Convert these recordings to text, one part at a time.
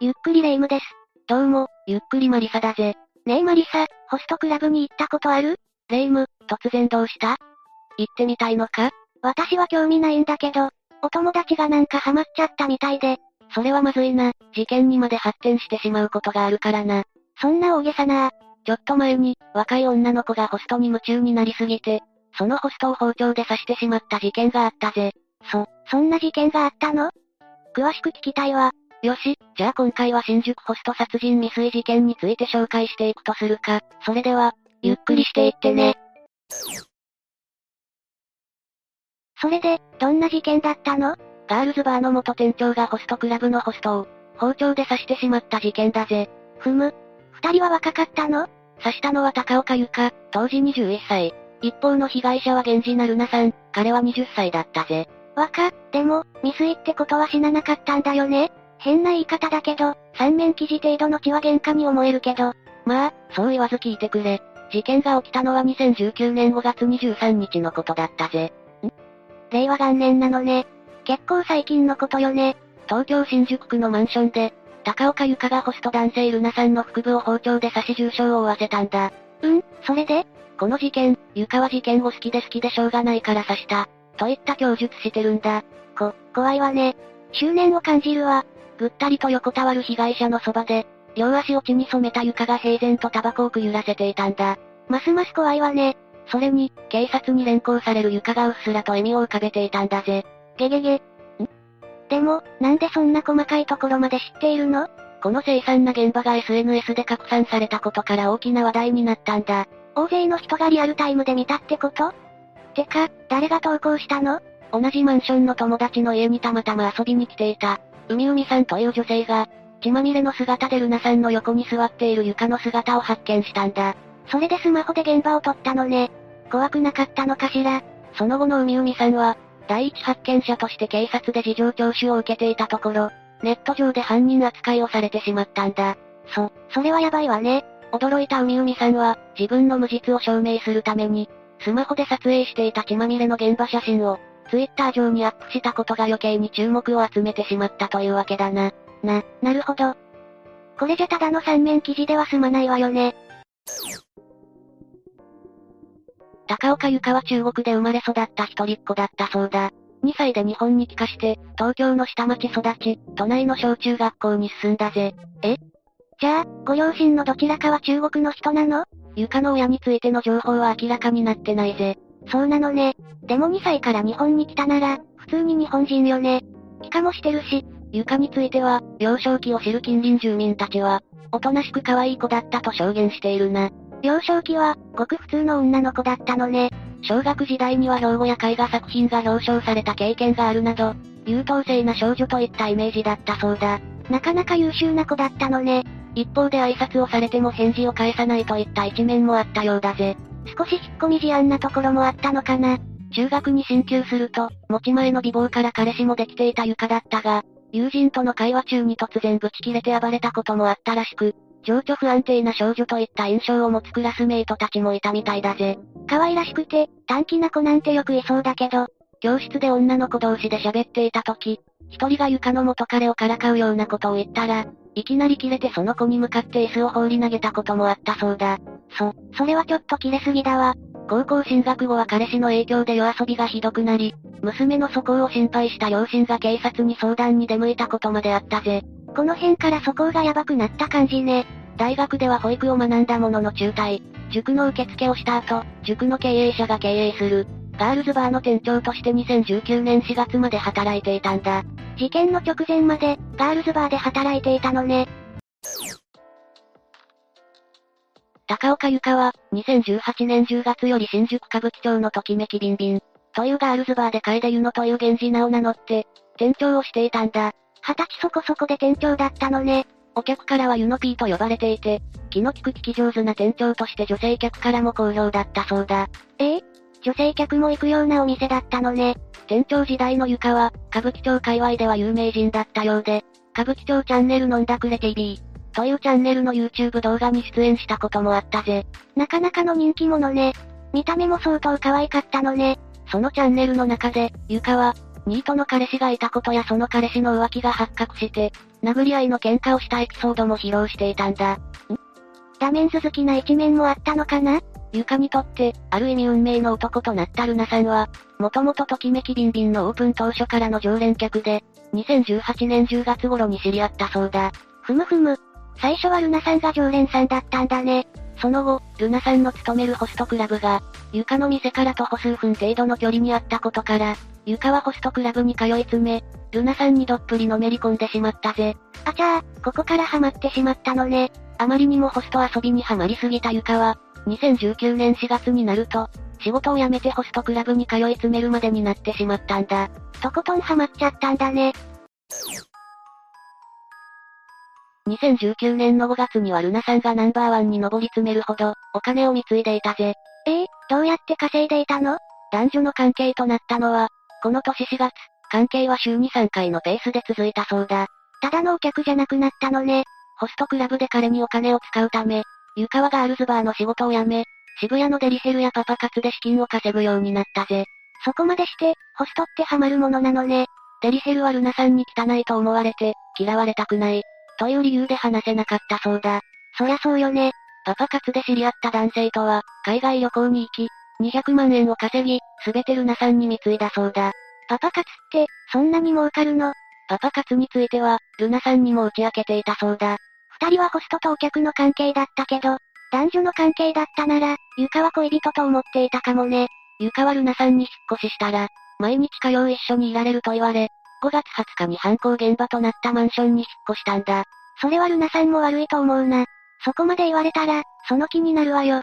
ゆっくりレ夢ムです。どうも、ゆっくりマリサだぜ。ねえマリサ、ホストクラブに行ったことあるレ夢ム、突然どうした行ってみたいのか私は興味ないんだけど、お友達がなんかハマっちゃったみたいで、それはまずいな。事件にまで発展してしまうことがあるからな。そんな大げさなちょっと前に、若い女の子がホストに夢中になりすぎて、そのホストを包丁で刺してしまった事件があったぜ。そ、そんな事件があったの詳しく聞きたいわ。よし、じゃあ今回は新宿ホスト殺人未遂事件について紹介していくとするか。それでは、ゆっくりしていってね。それで、どんな事件だったのガールズバーの元店長がホストクラブのホストを、包丁で刺してしまった事件だぜ。ふむ。二人は若かったの刺したのは高岡由香、当時21歳。一方の被害者は源氏なるなさん、彼は20歳だったぜ。若、でも、未遂ってことは死ななかったんだよね変な言い方だけど、三面記事程度の血は喧嘩に思えるけど、まあ、そう言わず聞いてくれ。事件が起きたのは2019年5月23日のことだったぜ。令和元年なのね。結構最近のことよね。東京新宿区のマンションで、高岡由香がホスト男性ルナさんの腹部を包丁で刺し重傷を負わせたんだ。うん、それでこの事件、由香は事件を好きで好きでしょうがないから刺した。といった供述してるんだ。こ、怖いわね。執念を感じるわ。ぐったりと横たわる被害者のそばで、両足を血に染めた床が平然とタバコをくゆらせていたんだ。ますます怖いわね。それに、警察に連行される床がうっすらと笑みを浮かべていたんだぜ。ゲゲゲ。んでも、なんでそんな細かいところまで知っているのこの凄惨な現場が SNS で拡散されたことから大きな話題になったんだ。大勢の人がリアルタイムで見たってことてか、誰が投稿したの同じマンションの友達の家にたまたま遊びに来ていた、海海さんという女性が、血まみれの姿でルナさんの横に座っている床の姿を発見したんだ。それでスマホで現場を撮ったのね。怖くなかったのかしらその後の海海さんは、第一発見者として警察で事情聴取を受けていたところ、ネット上で犯人扱いをされてしまったんだ。そ、それはやばいわね。驚いた海海さんは、自分の無実を証明するために、スマホで撮影していた血まみれの現場写真を、ツイッター上にアップしたことが余計に注目を集めてしまったというわけだな。な、なるほど。これじゃただの三面記事では済まないわよね。高岡由香は中国で生まれ育った一人っ子だったそうだ。2歳で日本に帰化して、東京の下町育ち、都内の小中学校に進んだぜ。じゃあ、ご両親のどちらかは中国の人なの由香の親についての情報は明らかになってないぜ。そうなのね。でも2歳から日本に来たなら、普通に日本人よね。帰化もしてるし、床については、幼少期を知る近隣住民たちは、おとなしく可愛い子だったと証言しているな。幼少期は、ごく普通の女の子だったのね。小学時代には老後や絵画作品が表彰された経験があるなど、優等生な少女といったイメージだったそうだ。なかなか優秀な子だったのね。一方で挨拶をされても返事を返さないといった一面もあったようだぜ。少し引っ込み思案なところもあったのかな。中学に進級すると、持ち前の美貌から彼氏もできていたゆかだったが、友人との会話中に突然ブチ切れて暴れたこともあったらしく、情緒不安定な少女といった印象を持つクラスメイトたちもいたみたいだぜ。可愛らしくて、短気な子なんてよくいそうだけど、教室で女の子同士で喋っていた時、一人が床の元彼をからかうようなことを言ったら、いきなり切れてその子に向かって椅子を放り投げたこともあったそうだ。そ、それはちょっと切れすぎだわ。高校進学後は彼氏の影響で夜遊びがひどくなり、娘の素行を心配した両親が警察に相談に出向いたことまであったぜ。この辺から素行がやばくなった感じね。大学では保育を学んだものの中退、塾の受付をした後、塾の経営者が経営する、ガールズバーの店長として2019年4月まで働いていたんだ。事件の直前まで、ガールズバーで働いていたのね。高岡由香は、2018年10月より新宿歌舞伎町のときめきビンビン、というガールズバーで楓ゆのという源氏名を名乗って、店長をしていたんだ。二十歳そこそこで店長だったのね。お客からはゆのピーと呼ばれていて、気の利く聞き上手な店長として女性客からも好評だったそうだ。ええ女性客も行くようなお店だったのね。店長時代のゆかは、歌舞伎町界隈では有名人だったようで、歌舞伎町チャンネル飲んだくれ TV というチャンネルの YouTube 動画に出演したこともあったぜ。なかなかの人気者ね。見た目も相当可愛かったのね。そのチャンネルの中で、ゆかは、ニートの彼氏がいたことやその彼氏の浮気が発覚して、殴り合いの喧嘩をしたエピソードも披露していたんだ。んダメンズ好きな一面もあったのかなゆかにとって、ある意味運命の男となったルナさんは、もともとときめきビンビンのオープン当初からの常連客で、2018年10月頃に知り合ったそうだ。ふむふむ。最初はルナさんが常連さんだったんだね。その後、ルナさんの勤めるホストクラブが、床の店から徒歩数分程度の距離にあったことから、床はホストクラブに通い詰め、ルナさんにどっぷりのめり込んでしまったぜ。あちゃー、ここからハマってしまったのね。あまりにもホスト遊びにはまりすぎた床は、2019年4月になると、仕事を辞めてホストクラブに通い詰めるまでになってしまったんだ。とことんハマっちゃったんだね。 2019年の5月にはルナさんがナンバーワンに上り詰めるほど、お金を貢いでいたぜ。ええー、どうやって稼いでいたの男女の関係となったのは、この年4月、関係は週に3回のペースで続いたそうだ。ただのお客じゃなくなったのね。ホストクラブで彼にお金を使うため、湯川がアルズバーの仕事を辞め、渋谷のデリヘルやパパ活で資金を稼ぐようになったぜ。そこまでして、ホストってハマるものなのね。デリヘルはルナさんに汚いと思われて、嫌われたくない。という理由で話せなかったそうだ。そりゃそうよね。パパ活で知り合った男性とは、海外旅行に行き、200万円を稼ぎ、すべてルナさんに貢いだそうだ。パパ活って、そんなに儲かるのパパ活については、ルナさんにも打ち明けていたそうだ。二人はホストとお客の関係だったけど、男女の関係だったなら、ゆかは恋人と思っていたかもね。ゆかはルナさんに引っ越ししたら、毎日通う一緒にいられると言われ、5月20日に犯行現場となったマンションに引っ越したんだ。それはルナさんも悪いと思うな。そこまで言われたら、その気になるわよ。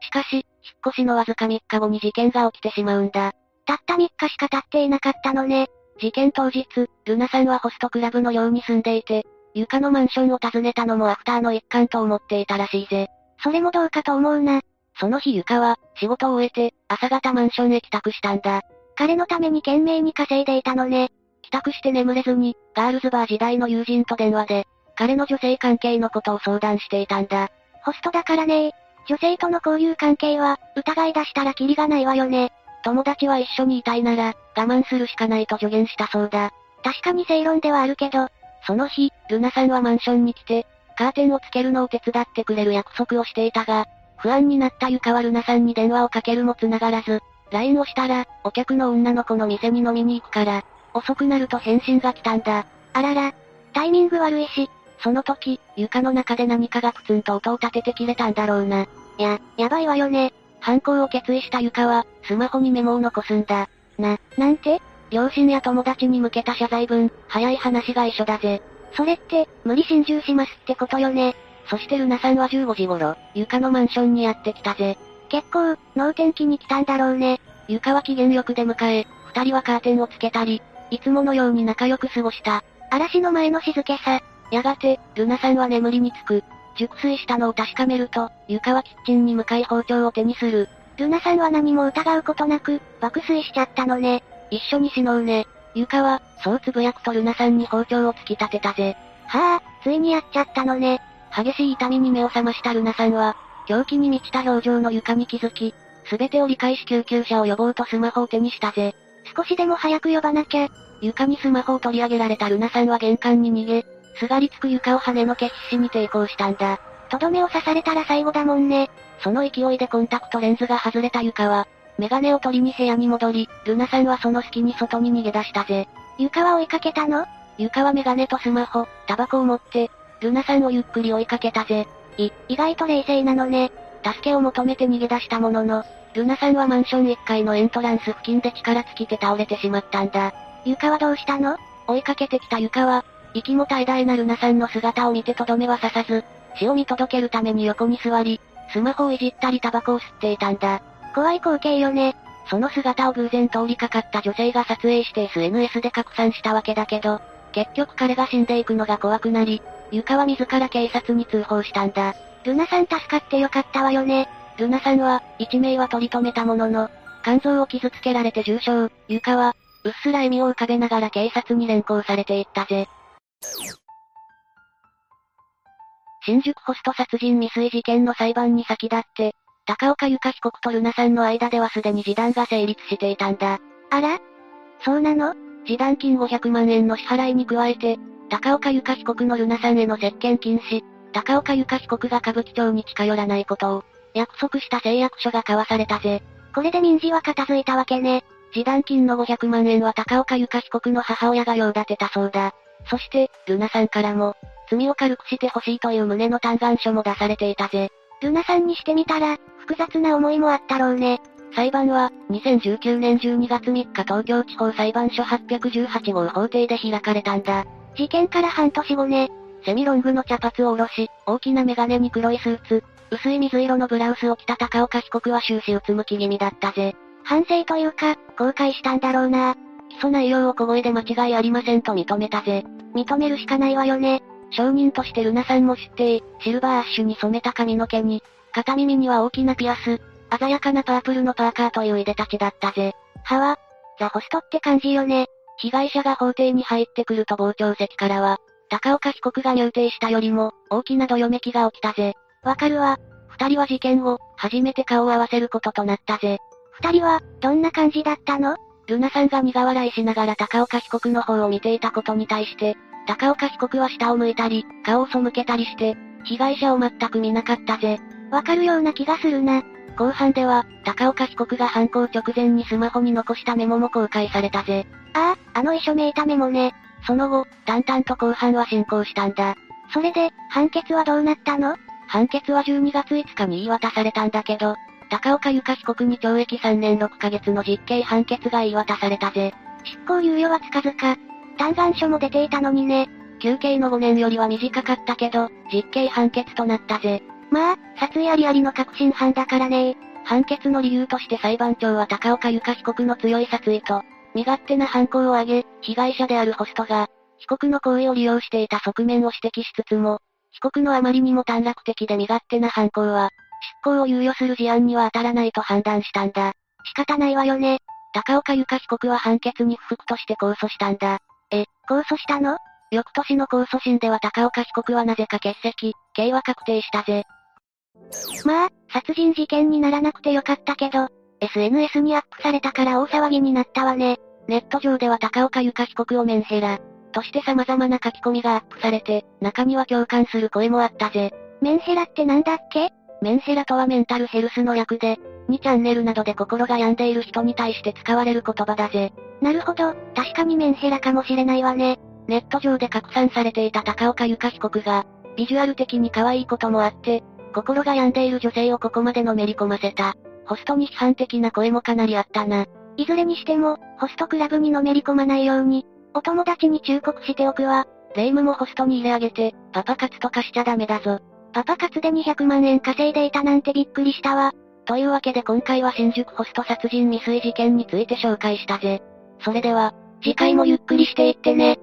しかし、引っ越しのわずか3日後に事件が起きてしまうんだ。たった3日しか経っていなかったのね。事件当日、ルナさんはホストクラブのように住んでいて、床のマンションを訪ねたのもアフターの一環と思っていたらしいぜ。それもどうかと思うな。その日床は、仕事を終えて、朝方マンションへ帰宅したんだ。彼のために懸命に稼いでいたのね。帰宅して眠れずに、ガールズバー時代の友人と電話で、彼の女性関係のことを相談していたんだ。ホストだからね女性との交友関係は、疑い出したらキリがないわよね。友達は一緒にいたいなら、我慢するしかないと助言したそうだ。確かに正論ではあるけど、その日、ルナさんはマンションに来て、カーテンをつけるのを手伝ってくれる約束をしていたが、不安になったゆかはルナさんに電話をかけるも繋がらず、LINE をしたら、お客の女の子の店に飲みに行くから、遅くなると返信が来たんだ。あらら、タイミング悪いし、その時、床の中で何かがプツンと音を立てて切れたんだろうな。や、やばいわよね。犯行を決意したゆかは、スマホにメモを残すんだ。な、なんて両親や友達に向けた謝罪文、早い話が一緒だぜ。それって、無理心中しますってことよね。そしてルナさんは15時頃、床のマンションにやってきたぜ。結構、能天気に来たんだろうね。床は機嫌よく出迎え、二人はカーテンをつけたり、いつものように仲良く過ごした。嵐の前の静けさ。やがて、ルナさんは眠りにつく。熟睡したのを確かめると、床はキッチンに向かい包丁を手にする。ルナさんは何も疑うことなく、爆睡しちゃったのね。一緒に死のうね。床は、そうつぶやくとルナさんに包丁を突き立てたぜ。はあ、ついにやっちゃったのね。激しい痛みに目を覚ましたルナさんは、狂気に満ちた表情の床に気づき、すべてを理解し救急車を呼ぼうとスマホを手にしたぜ。少しでも早く呼ばなきゃ。床にスマホを取り上げられたルナさんは玄関に逃げ、すがりつく床を跳ねのけ必死に抵抗したんだ。とどめを刺されたら最後だもんね。その勢いでコンタクトレンズが外れた床は、メガネを取りに部屋に戻り、ルナさんはその隙に外に逃げ出したぜ。床は追いかけたの床はメガネとスマホ、タバコを持って、ルナさんをゆっくり追いかけたぜ。い、意外と冷静なのね。助けを求めて逃げ出したものの、ルナさんはマンション1階のエントランス付近で力尽きて倒れてしまったんだ。床はどうしたの追いかけてきた床は、息も絶え絶えなルナさんの姿を見てとどめは刺さず、死を見届けるために横に座り、スマホをいじったりタバコを吸っていたんだ。怖い光景よね。その姿を偶然通りかかった女性が撮影して SNS で拡散したわけだけど、結局彼が死んでいくのが怖くなり、床は自ら警察に通報したんだ。ルナさん助かってよかったわよね。ルナさんは、一命は取り留めたものの、肝臓を傷つけられて重傷、床は、うっすら笑みを浮かべながら警察に連行されていったぜ。新宿ホスト殺人未遂事件の裁判に先立って、高岡由香被告とルナさんの間ではすでに示談が成立していたんだ。あらそうなの示談金500万円の支払いに加えて、高岡由香被告のルナさんへの接見禁止、高岡由香被告が歌舞伎町に近寄らないことを、約束した誓約書が交わされたぜ。これで民事は片付いたわけね。示談金の500万円は高岡由香被告の母親が用立てたそうだ。そして、ルナさんからも、罪を軽くしてほしいという旨の嘆願書も出されていたぜ。ルナさんにしてみたら、複雑な思いもあったろうね。裁判は、2019年12月3日東京地方裁判所818号法廷で開かれたんだ。事件から半年後ね。セミロングの茶髪を下ろし、大きなメガネに黒いスーツ、薄い水色のブラウスを着た高岡被告は終始うつむき気味だったぜ。反省というか、後悔したんだろうな。起訴内容を小声で間違いありませんと認めたぜ。認めるしかないわよね。証人としてルナさんも出廷、シルバーアッシュに染めた髪の毛に、片耳には大きなピアス、鮮やかなパープルのパーカーといういでたちだったぜ。歯は、ザ・ホストって感じよね。被害者が法廷に入ってくると傍聴席からは、高岡被告が入廷したよりも、大きなどよめきが起きたぜ。わかるわ。二人は事件後、初めて顔を合わせることとなったぜ。二人は、どんな感じだったのルナさんが苦笑いしながら高岡被告の方を見ていたことに対して、高岡被告は下を向いたり、顔を背けたりして、被害者を全く見なかったぜ。わかるような気がするな。後半では、高岡被告が犯行直前にスマホに残したメモも公開されたぜ。ああ、あの遺書めいたメモね。その後、淡々と後半は進行したんだ。それで、判決はどうなったの判決は12月5日に言い渡されたんだけど、高岡由香被告に懲役3年6ヶ月の実刑判決が言い渡されたぜ。執行猶予はつかずか。嘆願書も出ていたのにね。休刑の5年よりは短かったけど、実刑判決となったぜ。まあ、殺意ありありの確信犯だからね判決の理由として裁判長は高岡由香被告の強い殺意と、身勝手な犯行を挙げ、被害者であるホストが、被告の行為を利用していた側面を指摘しつつも、被告のあまりにも短絡的で身勝手な犯行は、執行を猶予する事案には当たらないと判断したんだ。仕方ないわよね。高岡由香被告は判決に不服として控訴したんだ。控訴したの翌年の控訴審では高岡被告はなぜか欠席、刑は確定したぜ。まあ、殺人事件にならなくてよかったけど、SNS にアップされたから大騒ぎになったわね。ネット上では高岡由香被告をメンヘラ、として様々な書き込みがアップされて、中には共感する声もあったぜ。メンヘラってなんだっけメンヘラとはメンタルヘルスの略で、2チャンネルなどで心が病んでいる人に対して使われる言葉だぜ。なるほど、確かにメンヘラかもしれないわね。ネット上で拡散されていた高岡由香被告が、ビジュアル的に可愛いこともあって、心が病んでいる女性をここまでのめり込ませた。ホストに批判的な声もかなりあったな。いずれにしても、ホストクラブにのめり込まないように、お友達に忠告しておくわ。霊夢もホストに入れ上げて、パパ活とかしちゃダメだぞ。パパ活で200万円稼いでいたなんてびっくりしたわ。というわけで今回は新宿ホスト殺人未遂事件について紹介したぜ。それでは、次回もゆっくりしていってね。